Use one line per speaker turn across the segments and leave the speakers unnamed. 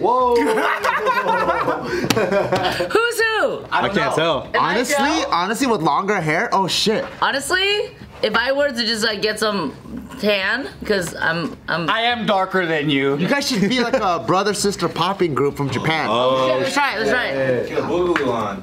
Whoa!
Who's who?
I,
I can't tell.
Am I
honestly,
Joe?
honestly, with longer hair, oh shit.
Honestly, if I were to just like get some tan, because I'm I'm.
I am darker than you.
You guys should be like a brother sister popping group from Japan.
Oh.
Shit, let's try it. Let's try it.
Hey,
Get a boogaloo on.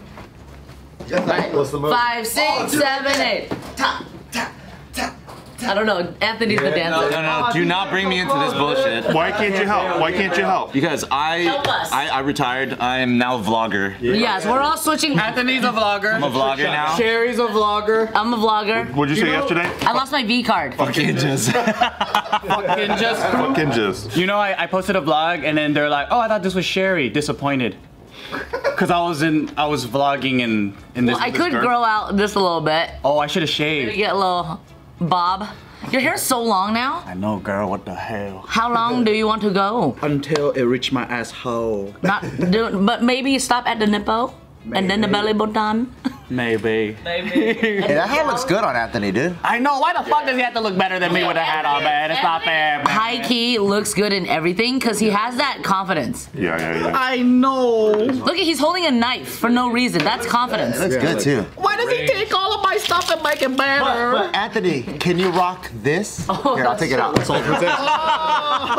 What's the move?
Five, six, seven, eight.
Tap, tap, tap.
I don't know. Anthony's the
Yeah, no,
dancer.
No, no, do not bring me into this bullshit.
Why can't you help? Why can't you help?
Because I,
Help us.
I, I retired. I am now a vlogger.
Yes, we're all switching.
Anthony's a vlogger.
I'm a vlogger now.
Sherry's a vlogger.
I'm a vlogger.
What'd you say yesterday?
I lost my V card.
Fucking just.
Fucking just crew.
Fucking just.
You know, I, I posted a vlog and then they're like, oh, I thought this was Sherry. Disappointed. Cause I was in, I was vlogging in in this.
Well, I
this
could
girl.
grow out this a little bit.
Oh, I should have
You
shaved.
get a little bob. Your hair's so long now.
I know, girl. What the hell?
How long do you want to go?
Until it reached my asshole.
Not do, but maybe you stop at the nipple and then the belly button.
Maybe.
Hey, that hair looks good on Anthony, dude.
I know. Why the fuck does he have to look better than me with a hat on, man? It's not fair, man.
High key looks good in everything because he has that confidence.
Yeah, yeah, yeah.
I know.
Look at he's holding a knife for no reason. That's confidence.
Looks good too.
Why does he take all of my stuff and make it better?
Anthony, can you rock this?
Oh,
Here, I'll take it out.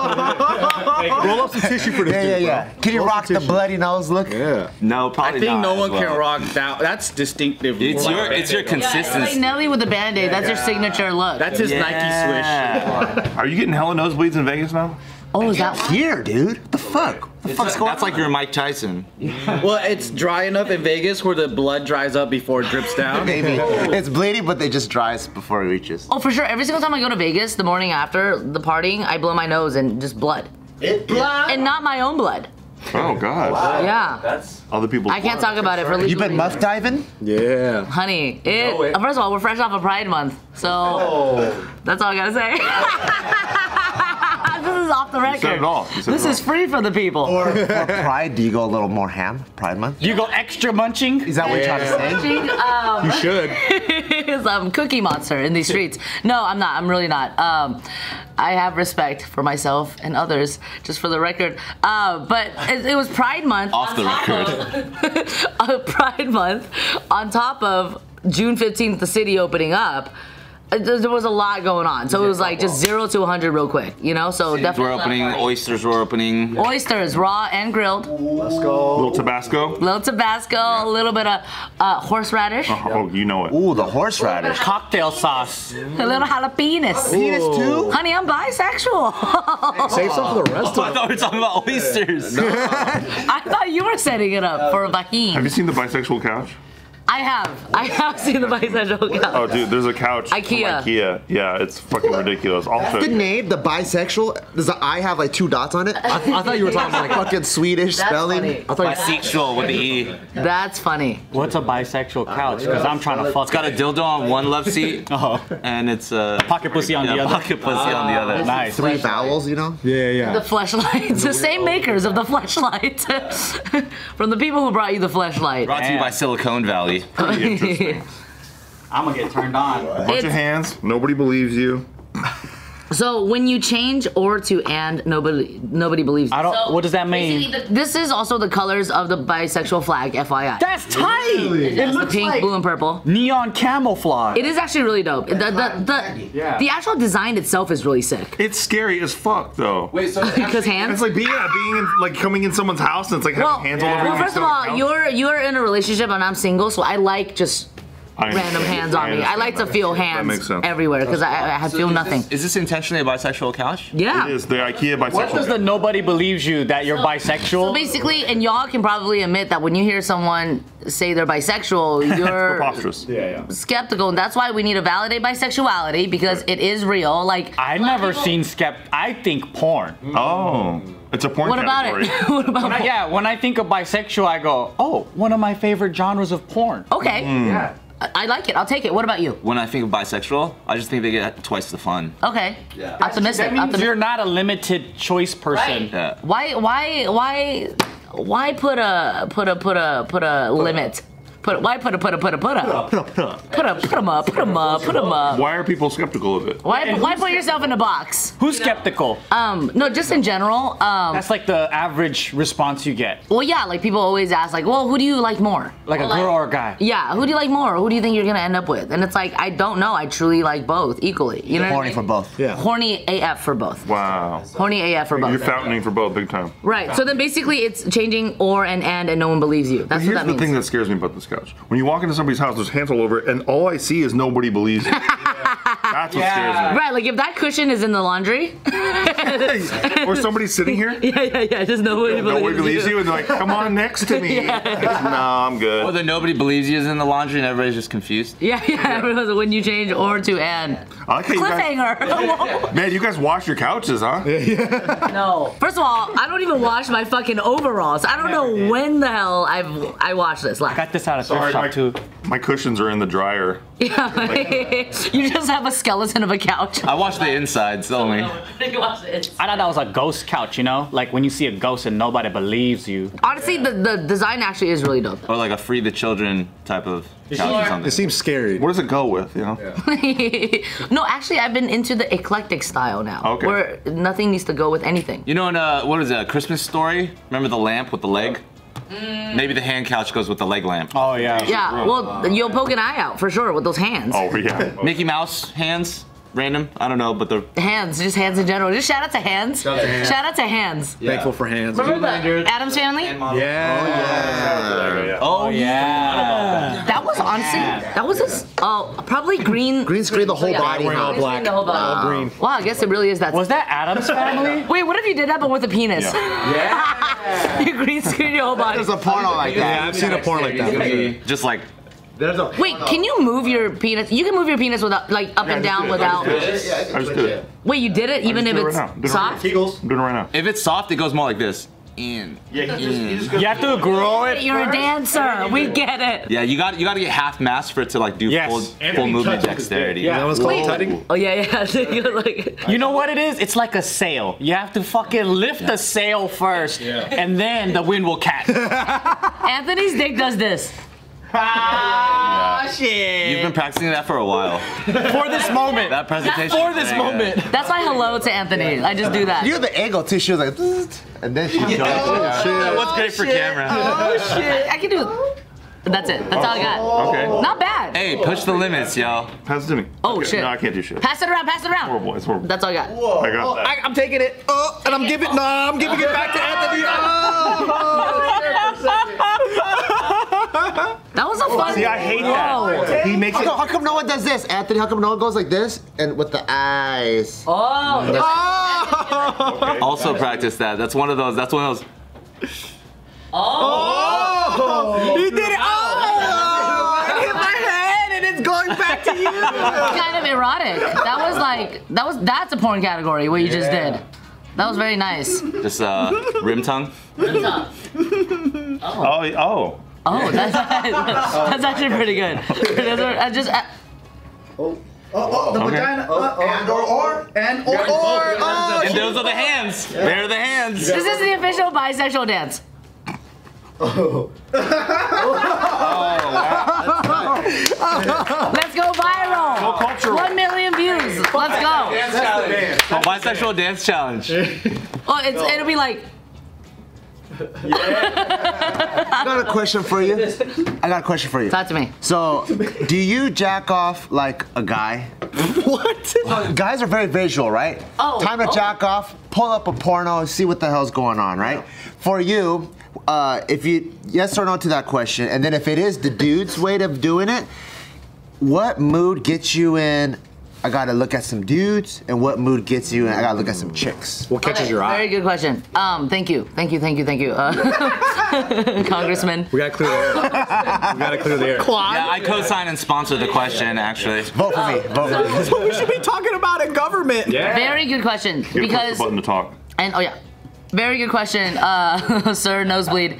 Roll up some tissue for this
Yeah,
dude,
yeah, yeah. Can you rock the bloody nose look?
bro. Yeah.
No, probably
I think
not
no
as
one
well.
can rock that. That's distinctive.
It's
Like,
your, it's your
Like
consistency.
Nelly with a band aid. That's your signature look.
That's his Nike swish.
Are you getting hella nosebleeds in Vegas now?
oh, is that
Here, dude. What the fuck? What the fuck's going
That's like your Mike Tyson.
Well, it's dry enough in Vegas where the blood dries up before it drips down.
Maybe. It's bleeding, but they just dries before it reaches.
Oh, for sure. Every single time I go to Vegas, the morning after the partying, I blow my nose and just blood. And not my own blood.
Oh god.
Yeah.
That's
Other people.
I can't talk about it for legal
You been
reasons.
muff diving?
Yeah.
Honey, it, uh,
No way.
first of all, we're fresh off of Pride Month, so that's all I gotta say. this is off the record.
said it all. You said
This
it all.
is free for the people.
Or for Pride, do you go a little more ham? Pride month?
You go extra munching?
Is that what you're trying to say?
Watching, um,
You should.
is um, Cookie Monster in these streets. No, I'm not. I'm really not. Um, I have respect for myself and others, just for the record. Uh, but it, it was Pride Month.
Off
on
the
top Of, uh, Pride Month on top of June 15th, the city opening up. Uh, There there was a lot going on, so it was like just zero to 100 real quick, you know. So
Cities were
definitely
opening, oysters were opening.
oysters, raw and grilled,
Let's go.
Little Tabasco.
little Tabasco, a little bit of uh, horseradish,
Oh, you know it.
Ooh, the horseradish.
Cocktail sauce.
a little jalapenos.
Penis too?
Honey, I'm bisexual.
Save some for the rest
I
of them.
thought we were talking about oysters.
I thought you were setting it up for a
Have you
Baheen.
seen the bisexual couch?
I have. I have seen the bisexual couch.
Oh, dude, there's a couch. from
Ikea.
Ikea. Yeah, it's fucking ridiculous. I'll show
The
you.
name, the bisexual, does the I have like two dots on it?
I, I thought you were talking about like.
Fucking Swedish
That's
spelling.
funny.
I thought you
Bisexual with the E.
That's funny.
What's a bisexual couch? Because I'm trying to fuck. Oh.
It's got a dildo on one left seat, and it's a
Pocket pussy on the other. Ah,
Pocket pussy on the other.
Nice.
Three vowels, you know?
Yeah,
The
yeah.
fleshlights. The same makers of the fleshlight. From the people who brought you the fleshlight.
Brought to you by Silicon Valley.
I'm gonna get turned on.
Bunch of
It's-
hands. Nobody believes you.
so when you change or to and, nobody nobody believes.
I don't-
So
what does that mean?
basically the- This is also the colors of the bisexual flag, FYI.
That's tight. It
It's the
looks
pink,
like
blue, and purple.
neon camouflage.
It is actually really dope. The, the, the, the actual design itself is really sick.
It's scary as fuck, though.
wait. So
Because hands.
It's like being, yeah, being in, like coming in someone's house and it's like having
Well,
hands all over.
well,
you
first of
instead
all,
couch.
you're you're in a relationship and I'm single, so I like just
I understand.
random hands on me. I
understand
like to
that.
feel
That
hands
makes sense.
everywhere because I, I I feel nothing.
Is this intentionally a bisexual couch?
yeah.
It is the IKEA bisexual.
What does the nobody believes you that you're bisexual?
Basically, and y'all can probably admit that when you hear someone say they're bisexual, you're
preposterous.
skeptical, and that's why we need to validate bisexuality because it is real. Like,
I never seen skept. I think porn.
Oh, it's a porn
what about
category.
it? what about?
When I- yeah, when I think of bisexual, I go, oh, one of my favorite genres of porn.
Okay.
Mm.
I, I like it. I'll take it. What about you?
When I think of bisexual, I just think they get twice the fun.
Okay.
Yeah.
Optimistic.
That means
optimistic.
you're not a limited choice person.
Yeah.
Why why why why put a put a put a put a limit? Put why put a put a put a put up?
Put up, put up.
Put up, put them up, put them up, put them up.
Why are people skeptical of it?
Why why put yourself in a box?
Who's skeptical?
Um, no, just in general. Um,
That's like the average response you get.
well, yeah, like people always ask, like, well, who do you like more?
Like a
Well,
girl or a guy.
Yeah, who do you like more? Who do you think you're gonna end up with? And it's like, I don't know. I truly like both equally. You know,
Horny
what I
for
mean?
both. Yeah.
Horny AF for both.
Wow.
Horny AF for
You're
both.
fountaining for both big time.
Right. So then basically, it's changing or and and, and no one believes you. That's what
Here's
that
the
means.
thing that scares me about this couch. When you walk into somebody's house, there's hands all over it, and all I see is nobody believes you. That's what
Right, like if that cushion is in the laundry,
scares me. Hey, or somebody's sitting here,
yeah, yeah, yeah, just nobody believes,
nobody believes you, and they're like, come on next to me. no, I'm
Well,
good.
then nobody believes you is in the laundry and everybody's just confused.
Yeah, yeah, everyone's like, when you change or to and.
I like how you guys,
Cliffhanger.
man, you guys wash your couches, huh?
no. Oh, First of all, I don't even wash my fucking overalls. I don't know when the hell I've I washed this last.
Got this out of thrift
Sorry,
shop
Mike.
too.
My cushions are in the dryer.
you just have a skeleton of a couch.
I watch the insides only.
I thought that was a ghost couch, you know? Like when you see a ghost and nobody believes you.
Honestly, the, the design actually is really dope.
Or like a free the children type of couch or
It
something.
seems scary.
What does it go with, you know?
no, actually, I've been into the eclectic style now,
Okay.
where nothing needs to go with anything.
You know, in uh, what is that, Christmas Story? Remember the lamp with the leg?
Mm.
Maybe the hand couch goes with the leg lamp.
Oh yeah.
Yeah, well, you'll poke an eye out for sure with those hands.
Oh, yeah.
Mickey Mouse hands, random. I don't know, but the
Hands, just hands in general. Just shout out to hands. Shout out to hands.
Thankful for hands.
Adam's family.
yeah.
oh
Yeah.
That was honestly, that was this. Oh, probably green.
Green screen the whole
Yeah.
body.
Green
huh?
screen, the whole body. Wow.
green.
I guess it really is that.
Was that Adam's family?
Wait, what if you did that but with a penis? you green screen your whole body.
There's a porno like
Yeah,
that.
I've seen a porn like that.
Just like
There's a.
Wait, can you move your penis? You can move your penis without, like, up and down without.
I just did it.
Wait, you did it even if
do it
it's
right now. Do it right
soft.
Eagles.
I'm doing it right now.
if it's soft, it goes more like this. In.
Yeah, you just, you just go.
You have to grow it.
You're a dancer. We get it.
Yeah, you got you got to get half mass for it to like do
Yes.
full
And
full
if he
movement
touches his dick,
dexterity.
That was called tutting.
Oh yeah, yeah. You're like,
You know what it is? It's like a sail. You have to fucking lift the sail first, and then the wind will catch.
Anthony's dick does this.
ah, shit.
You've been practicing that for a while.
For this moment.
That presentation.
For this
Yeah.
moment.
That's my hello to Anthony. I just do that.
You're the angle too. She was like, "Bzzzt," and then she.
That was great for camera.
Oh shit! I can do. That's it. That's all I got.
Okay.
Not bad.
Hey, push the limits, y'all.
Pass it to me.
Oh,
Okay,
shit.
No, I can't do shit.
Pass it around. Pass it around.
Horrible. It's horrible.
That's all I got.
I got that.
I, am taking it. Oh, and I'm giving. No, I'm giving it back to Anthony. Oh.
That was a fun.
Oh, See, I hate that. He makes
How
it.
come, how come no one does this, Anthony? How come no one goes like this and with the eyes? Oh.
Oh,
Also practice that. That's one of those. That's one of those.
He did it. Oh. It hit my head and it's going back to you.
that's kind of erotic. That was like that was that's a porn category. What you just did. That was very nice.
Just uh, rim tongue.
Oh, oh.
Oh, that's that's actually pretty good. That's a- I just I-
Oh, the vagina. Uh, and or or and or or.
uh,
Oh,
And those are the hands. There are the hands.
this is the official bisexual dance. Let's go viral.
Cultural.
One million views. Let's go.
Oh, bisexual dance challenge.
Oh, it's, it'll be like
I got a question for you. I got a question for you.
talk to me.
So, do you jack off like a guy? what? Guys are very visual, right?
Oh,
Time to
oh.
jack off, pull up a porno, and see what the hell's going on, right? For you, uh, if you yes or no to that question, and then if it is the dude's way of doing it, what mood gets you in? I gotta look at some dudes, and what mood gets you in? I gotta look at some chicks.
What catches
Okay,
your eye?
Very good question. Um, thank you, thank you, thank you, thank you, uh, Congressman.
We gotta clear the air. we gotta clear the air.
Yeah, I co-sign and sponsor the question actually.
Vote for me. Vote for me.
we should be talking about in government.
Very good question
You gotta push
because
the button to talk.
and oh yeah. Very good question, uh, sir. Nosebleed. Um,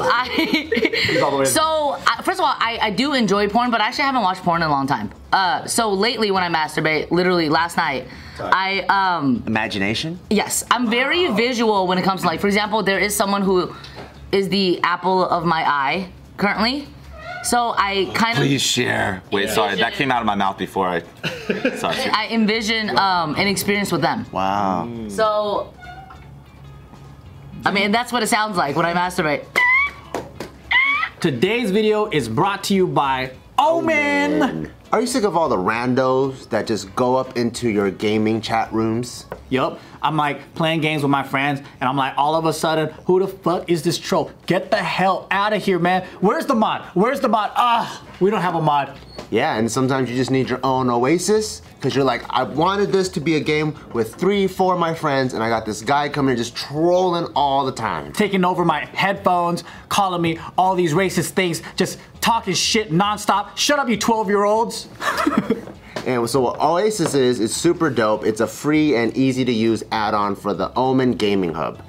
I so I, first of all, I, I do enjoy porn, but I actually haven't watched porn in a long time. Uh, so lately, when I masturbate, literally last night, I um,
Imagination.
Yes, I'm very visual when it comes to like, for example, there is someone who is the apple of my eye currently. So I kind of
Please share. Wait, sorry, that came out of my mouth before I. Sorry.
I envision um, an experience with them.
Wow.
So, I mean, that's what it sounds like when I masturbate.
Today's video is brought to you by Omen.
Are you sick of all the randos that just go up into your gaming chat rooms?
Yup. I'm like playing games with my friends, and I'm like, all of a sudden, who the fuck is this troll? Get the hell out of here, man. Where's the mod? Where's the mod? Ah, we don't have a mod.
Yeah, and sometimes you just need your own oasis because you're like, I wanted this to be a game with three, four of my friends, and I got this guy coming here just trolling all the time.
Taking over my headphones, calling me all these racist things, just talking shit nonstop. Shut up, you 12 year olds.
And so what Oasis is, it's super dope. It's a free and easy to use add-on for the Omen Gaming Hub.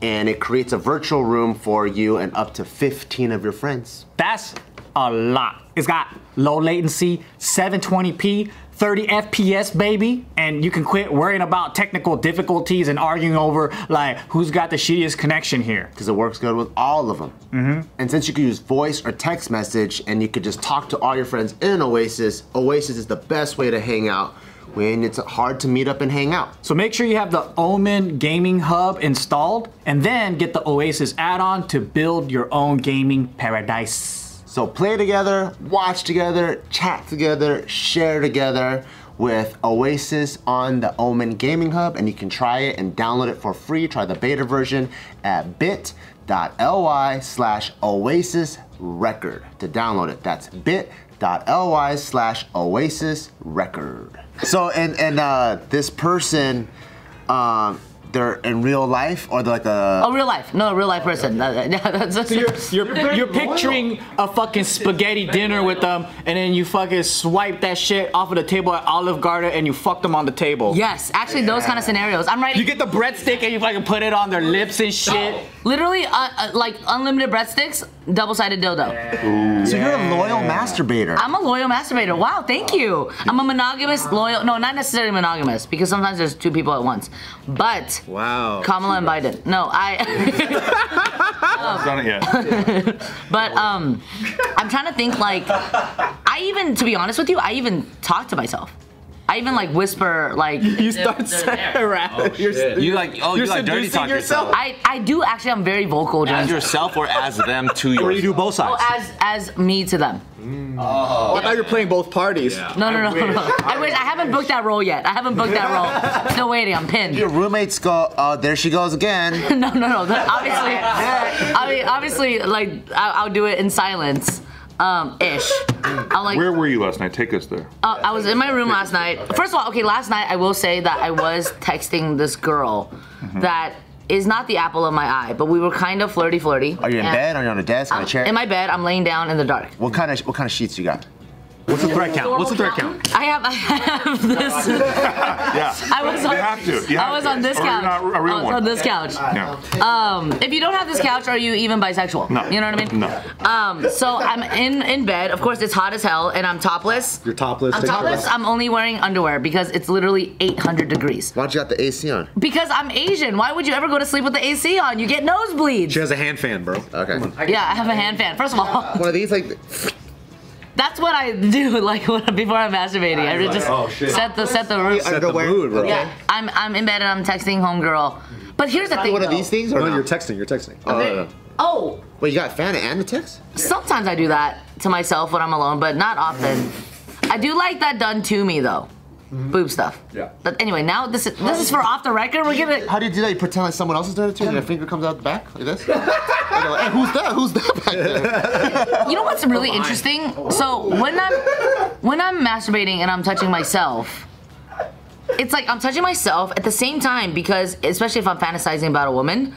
And it creates a virtual room for you and up to 15 of your friends.
That's a lot. It's got low latency, 720p, 30 FPS, baby, and you can quit worrying about technical difficulties and arguing over like who's got the shittiest connection here.
Because it works good with all of them. Mm-hmm. And since you can use voice or text message and you could just talk to all your friends in Oasis, Oasis is the best way to hang out when it's hard to meet up and hang out.
So make sure you have the Omen Gaming Hub installed, and then get the Oasis add-on to build your own gaming paradise.
So play together, watch together, chat together, share together with Oasis on the Omen Gaming Hub, and you can try it and download it for free. Try the beta version at bit.ly slash oasis record to download it. That's bit.ly slash oasis record. So and and uh, this person, um, they're in real life or they're like a
Oh, real life. No, real life person. That- that- that's-
You're, you're picturing a fucking spaghetti dinner with them, and then you fucking swipe that shit off of the table at Olive Garden, and you fuck them on the table.
yes, actually, those kind of scenarios. I'm
You
writing
get the breadstick and you fucking put it on their lips and shit.
literally uh, uh, like unlimited breadsticks, double-sided dildo.
Oh, So you're a loyal masturbator.
I'm a loyal masturbator. Wow, thank you. I'm a monogamous, loyal. No, not necessarily monogamous because sometimes there's two people at once. But
Wow.
Kamala and Biden. No, I.
I've done it yet.
but um, I'm trying to think. Like, I even, to be honest with you, I even talk to myself. I even like whisper like.
You start saying
Oh,
around.
You like? Oh, you like dirty
seducing
talk
yourself?
yourself.
I, I do actually. I'm very vocal during.
As yourself or as them to yourself.
Or you do both sides.
Oh, as as me to them.
Oh, I thought you were playing both parties.
No, no, no, no, no. I wish I haven't booked that role yet. I haven't booked that role. Still waiting. I'm pinned.
Your roommates go, oh, there she goes again.
No, no, no. that- obviously, I mean, obviously, like I, I'll do it in silence, um, ish. I like.
Where were you last night? Take us there.
Uh, I was in my room last night. First of all, okay, last night I will say that I was texting this girl
Mm-hmm.
that is not the apple of my eye, but we were kind of flirty, flirty.
Are you in
And
bed? Are you on a desk? On a chair?
In my bed, I'm laying down in the dark.
what kind of what kind of sheets you got?
What's the threat count? What's the threat count?
I have, I have this.
Yeah.
I was on,
You have to. You
I
have
was
to.
on this
Or you're
couch.
not a real
I was
one.
on this couch.
Yeah.
Um, if you don't have this couch, are you even bisexual?
No.
You know what I mean?
No.
Um, so I'm in in bed. Of course, it's hot as hell, and I'm topless.
You're topless.
I'm
take your
topless.
rest.
I'm only wearing underwear because it's literally 800 degrees.
Why don't you got the AC on?
Because I'm Asian. Why would you ever go to sleep with the AC on? You get nosebleeds.
She has a hand fan, bro.
Okay. One
yeah, I have a hand fan. First of all,
of these, like,
that's what I do. Like when, before I'm masturbating, I just
oh, shit.
set the set the room.
Set the
Underwear.
mood, bro.
Yeah, I'm I'm in bed and I'm texting homegirl. But here's the thing.
one of
though.
these things, or
No,
no?
you're texting. You're texting.
Oh,
Oh,
wait, you got a fan and a text?
sometimes I do that to myself when I'm alone, but not often. I do like that done to me though. Boob stuff.
Yeah.
But anyway, now this is this is for off the record. We're gonna
How do you do that? You pretend like someone else is doing it too, and your finger comes out the back like this. And you're like, hey, who's that? Who's that back there?
You know what's really interesting? So when I'm when I'm masturbating and I'm touching myself, it's like I'm touching myself at the same time because especially if I'm fantasizing about a woman,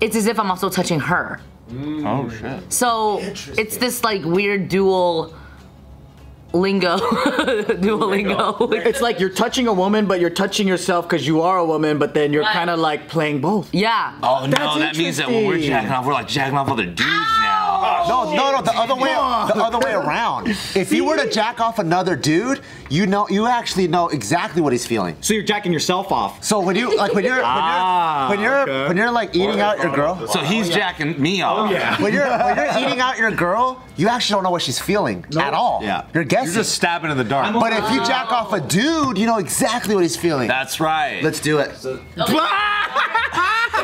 it's as if I'm also touching her.
Oh shit.
So it's this like weird dual lingo, dual lingo.
It's like you're touching a woman, but you're touching yourself because you are a woman, but then you're
Right.
kind of like playing both.
Yeah.
Oh no,
That's
that means that when we're
interesting.
jacking off, we're like jacking off other dudes now.
No, no, no. The other way, the other way around. If you were to jack off another dude, you know, you actually know exactly what he's feeling.
So you're jacking yourself off.
So when you like when you're when you're
Ah,
when you're,
okay.
when you're like eating out your girl,
So he's jacking me off.
when you're when you're eating out your girl, you actually don't know what she's feeling at all.
Yeah.
You're guessing.
You're just stabbing in the dark.
but if you jack off a dude, you know exactly what he's feeling.
That's right.
Let's do it.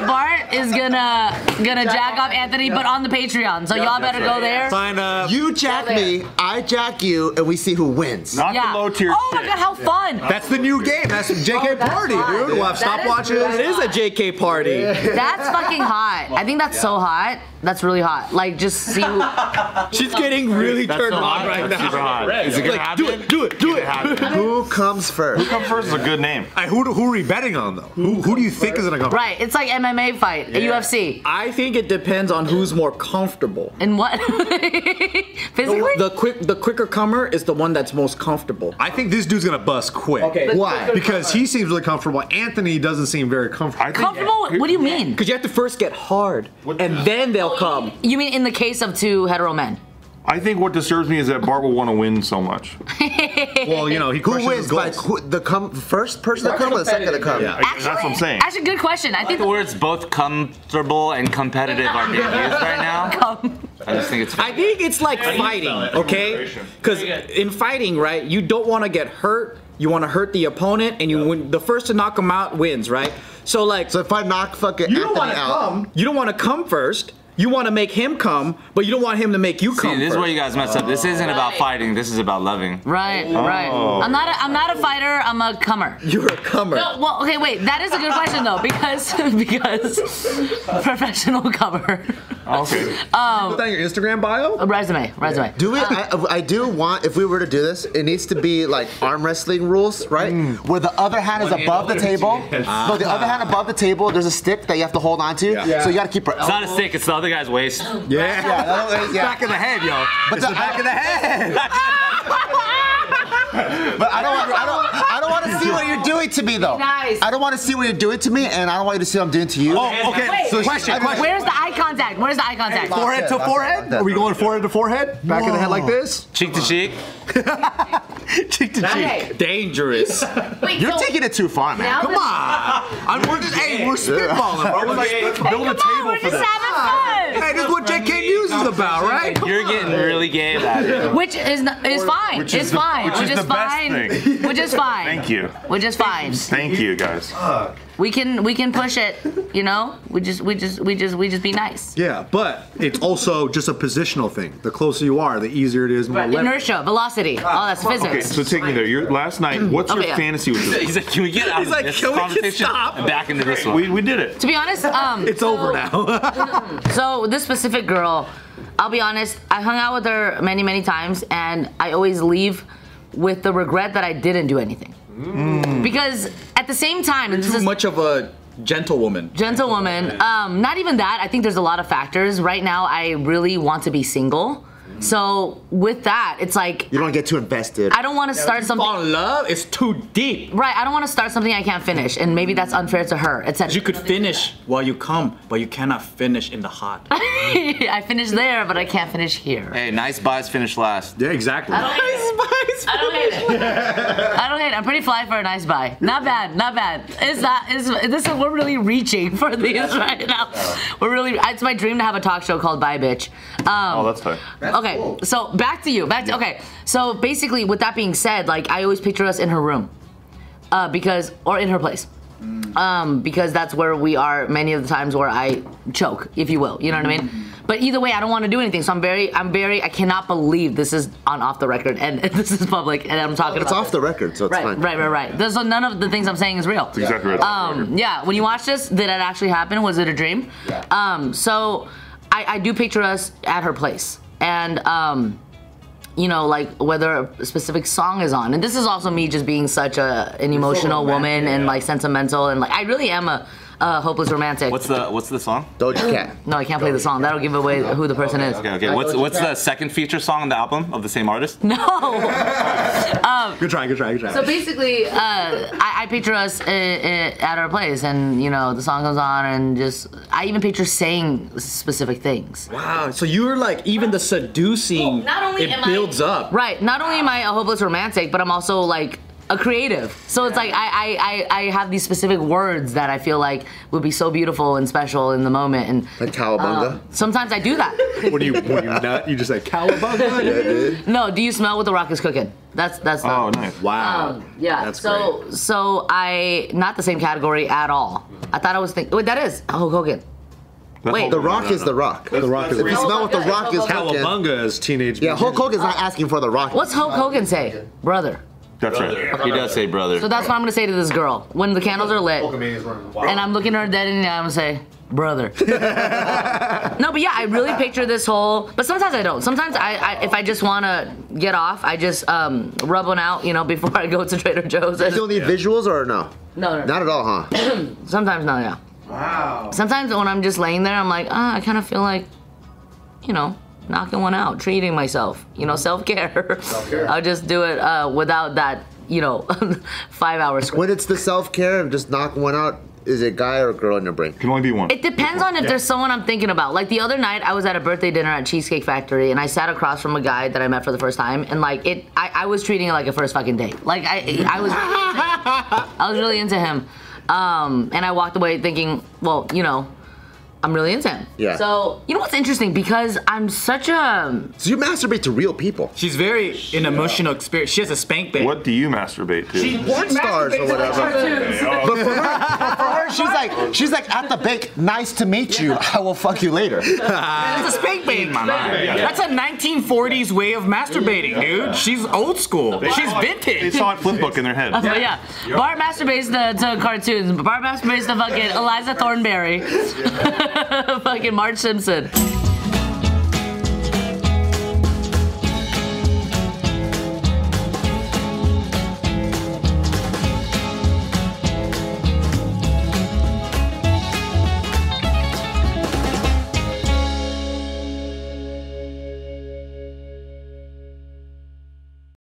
Bart is gonna gonna jack off Anthony, but on the Patreon. So y'all better go there.
Sign up.
You jack me, I jack you, and we see who wins.
Not
Yeah.
the low tier
Oh my
shit.
god, how fun!
That's the new game. That's JK
Oh, that's
party,
hot.
dude. We'll have
That is
stopwatches.
really
It is a
hot.
JK party.
That's fucking hot. I think that's so hot. That's really hot. Like just see who
She's getting really turned on right now.
Is it gonna
Like, do it, do it, do it.
Who comes first?
Come first is a good name.
I- who, do- who are we betting on though? Who, who do you think is gonna come?
Right, it's like MMA fight, a UFC.
I think it depends on who's more comfortable.
And what? Physically?
The quick, the quicker comer is the one that's most comfortable.
I think this dude's gonna bust quick.
Okay.
Why?
Because he seems really comfortable. Anthony doesn't seem very comfortable.
Comfortable? What do you mean?
Because you have to first get hard, and then they'll come.
You mean in the case of two hetero men?
I think what disturbs me is that Bart will want to win so much.
well, you know, he
Who
crushes
wins?
his
By
goals.
who, the come first person to come or the second to come?
Yeah, that's what I'm saying.
Actually, good question. I think
The words both comfortable and competitive are being used right now.
um,
I just think it's.
I think it's like fighting, okay? Because in fighting, right, you don't want to get hurt. You want to hurt the opponent, and you win. The first to knock them out wins, right? So like,
So if I knock fucking Anthony
wanna
out,
You don't want to come first. You want to make him come, but you don't want him to make you
See,
come.
this is
first.
where you guys mess up. This isn't about
Right.
fighting. This is about loving.
right, right.
Oh.
I'm not. A, I'm not a fighter. I'm a comer.
You're a comer.
No, well, okay, wait. That is a good question though, because because professional cover,
Okay.
Put that in your Instagram bio.
a resume, resume.
do it. I, I do want if we were to do this, it needs to be like arm wrestling rules, right? Where the other Mm. hand is above the table. No, the other hand above the table. There's a stick that you have to hold on to. So you got to keep.
It's not a stick. It's the other guy's waist.
Yeah, that- yeah.
Back of the head, yo.
But the back of the head. but I don't, want, I don't, I don't want to see what you're doing to me though.
Nice.
I don't want to see what you're doing to me, and I don't want you to see what I'm doing to you.
Oh, okay.
Wait.
so
Question,
I mean,
question.
Where's the eye contact? Where's the eye contact?
Forehead to
That's it,
forehead?
that's it.
Are we going forehead to forehead? Back of the head like this?
Cheek to cheek.
Cheek to cheek.
Okay.
Dangerous.
Wait,
You're
so
taking it too far, man.
now
Come
that-
on. I'm, we're just, hey, we're spitballing. bro. We're like, let's
Hey,
build a
come on,
table
we're
for
just
this.
having fun.
Hey, this is what JK News is about, right? Come
You're
on.
getting really gay about it.
Which is not, is fine.
which
it's
is the-
fine.
which is the best
fine.
thing.
Which is fine.
Thank you.
Which is fine.
Thank you, guys.
We can we can push it. You know, we just we just we just we just be nice.
Yeah, but it's also just a positional thing. The closer you are, the easier it is. More leverage.
Inertia, velocity, all that's
Okay,
physics.
so take me there. Your last night. What's
Mm-hmm.
your
Okay, yeah.
fantasy with this?
He's like, can we get out
He's
of
like,
this
"Can we just
conversation
stop?"
and back into this one?
We, we did it.
to be honest, um,
It's over now.
So this specific girl, I'll be honest, I hung out with her many, many times, and I always leave with the regret that I didn't do anything. Because at the same time, this
Mm. Too
is
much of a gentlewoman.
gentlewoman. Um, not even that. I think there's a lot of factors. Right now, I really want to be single. So with that, it's like
You don't get too invested.
I don't want to start something.
Fall in love is too deep.
Right, I don't want to start something I can't finish, and maybe that's unfair to her, etc.
You could finish while you come, but you cannot finish in the hot.
I finished there, but I can't finish here.
Hey, nice buys finish last.
yeah, exactly.
I don't hate it. I don't hate it. I'm pretty fly for a nice buy. Not bad. Not bad. It's not. It's, this is we're really reaching for these right now. We're really. It's my dream to have a talk show called Buy Bitch. Um,
Oh, that's fine.
okay. So back to you. Back to okay. So basically, with that being said, like I always picture us in her room, uh, because or in her place.
Mm.
Um, because that's where we are many of the times where I choke, if you will. You know what I mean?
Mm.
But either way, I don't want to do anything. So I'm very, I'm very, I cannot believe this is on off the record and this is public and I'm talking
It's
about
off
this.
the record, so it's
Right,
fine.
right, right, right. There's so none of the things I'm saying is real.
Exactly right.
Um, yeah, when you watch this, did it actually happen? Was it a dream? Yeah. Um, so I, I do picture us at her place. And um, you know, like whether a specific song is on. And this is also me just being such a an emotional woman and like sentimental and like I really am a, a hopeless romantic.
What's the What's the song?
Doja Cat.
no, I can't play the song. That'll give away who the person is.
Okay, okay. What's What's the second feature song on the album of the same artist?
No.
Good try, good try, good try.
So basically, uh, I, I picture us uh, uh, at our place, and you know the song comes on, and just I even picture saying specific things.
Wow. So you were like even the seducing.
Well, not only
it
am I-
builds up.
Right. Not only am I a hopeless romantic, but I'm also like a creative. So it's like I, I, I, I have these specific words that I feel like would be so beautiful and special in the moment. And
Like cowabunga?
sometimes I do that.
What do you, what do you not? Uh, You just like cowabunga?
no, do you smell what the rock is cooking? That's that's the-
Oh, nice.
Wow.
Um, yeah.
That's
so so I not the same category at all. I thought I was thinking. Wait, that is Hulk Hogan. Wait.
The Rock is the Rock.
The Rock is
If you
the
smell what the Rock is cooking,
Cowabunga is teenage.
yeah, Hulk
mutant.
Hogan's not asking for the Rock.
What's Hulk Hogan say, brother?
That's right.
He does say brother.
So that's what I'm gonna say to this girl when the candles are lit, and I'm looking her dead in the eye. I'm gonna say, brother. no, but yeah, I really picture this whole. But sometimes I don't. Sometimes I, I if I just wanna get off, I just um, rub one out, you know, before I go to Trader Joe's. I
You
just-
still need visuals or no?
no, no, no.
Not at all, huh?
Sometimes no, yeah. Wow. Sometimes when I'm just laying there, I'm like, ah, I kind of feel like, you know, knocking one out, treating myself, you know, self care. Self care. I'll just do it uh, without that, you know, five hours.
When it's the self care and just knock one out, is it guy or girl in your brain?
Can only be one.
It depends on if there's someone I'm thinking about. Like the other night, I was at a birthday dinner at Cheesecake Factory, and I sat across from a guy that I met for the first time, and like it, I, I was treating it like a first fucking date. Like I, I was, I was really into him, um, and I walked away thinking, well, you know, I'm really into him.
Yeah.
So you know what's interesting because I'm such a
So you masturbate to real people,
She's very an emotional experience. She has a spank bed.
What do you masturbate to?
porn stars or whatever. But for her, for her, she's like, she's like at the bank. Nice to meet you. I will fuck you later.
That's a spank bait. That's a 1940s way of masturbating, dude. She's old school. She's
They
vintage.
saw it flipbook in their head.
But yeah, Bart masturbates to, to cartoons. Bart masturbates to fucking Eliza Thornberry, fucking Marge Simpson.